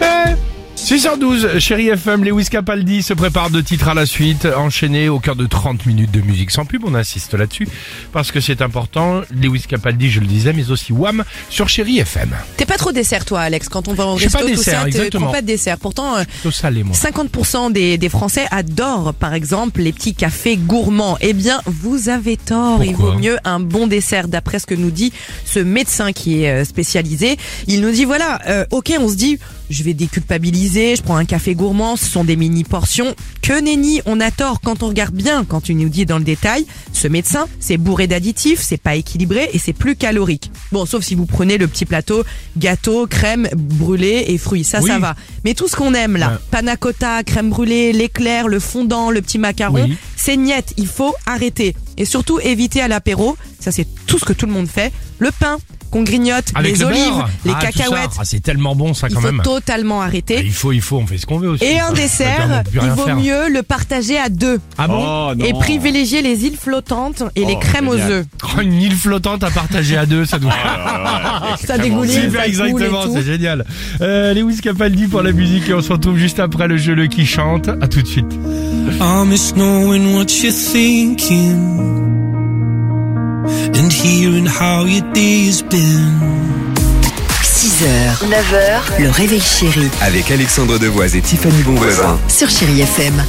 Eh, 6h12, chérie FM, Lewis Capaldi se prépare de titres à la suite, enchaîné au cœur de 30 minutes de musique sans pub, on insiste là-dessus, parce que c'est important, Lewis Capaldi, je le disais, mais aussi Wham sur chérie FM. T'es pas trop dessert, toi, Alex, quand on va en Je suis resto, pas tout dessert, ça, t'es- exactement. prends pas de dessert. Pourtant, euh, Plutôt salé, moi. 50% des, des Français adorent, par exemple, les petits cafés gourmands. Eh bien, vous avez tort. Il Pourquoi vaut mieux un bon dessert, d'après ce que nous dit ce médecin qui est euh, spécialisé. Il nous dit, voilà, euh, ok, on se dit, je vais déculpabiliser, je prends un café gourmand, ce sont des mini-portions. Que nenni, on a tort quand on regarde bien, quand il nous dit dans le détail, ce médecin, c'est bourré d'additifs, c'est pas équilibré et c'est plus calorique. Bon, sauf si vous prenez le petit plateau gâteau, crème, brûlée et fruits, ça, Oui. ça va. Ah, Mais tout ce qu'on aime là, Ouais. panna cotta, crème brûlée, l'éclair, le fondant, le petit macaron, Oui. c'est niette, il faut arrêter. Et surtout éviter à l'apéro, ça c'est tout ce que tout le monde fait, le pain qu'on grignote, les le olives, beurre les Ah, tout ça. cacahuètes. Ah, c'est tellement bon ça Il quand faut même. totalement Ah, arrêter. Il faut, il faut, on fait ce qu'on veut aussi. Et un Ah, on dessert, peut plus il rien vaut faire. mieux le partager à deux. Ah bon et privilégier les îles flottantes et les crèmes aux œufs. Oh, Une île flottante à partager à deux, ça nous... Ça dégouline, Ah, Super, ça coule et exactement, tout. c'est génial. Euh, Lewis Capaldi pour la musique et on se retrouve juste après le jeu Le qui chante. À tout de suite. I miss knowing what you're thinking and hearing how your day's been. 6h, 9h, le réveil chéri Avec Alexandre Devoise et Tiffany Bonvoisin. sur Chéri FM.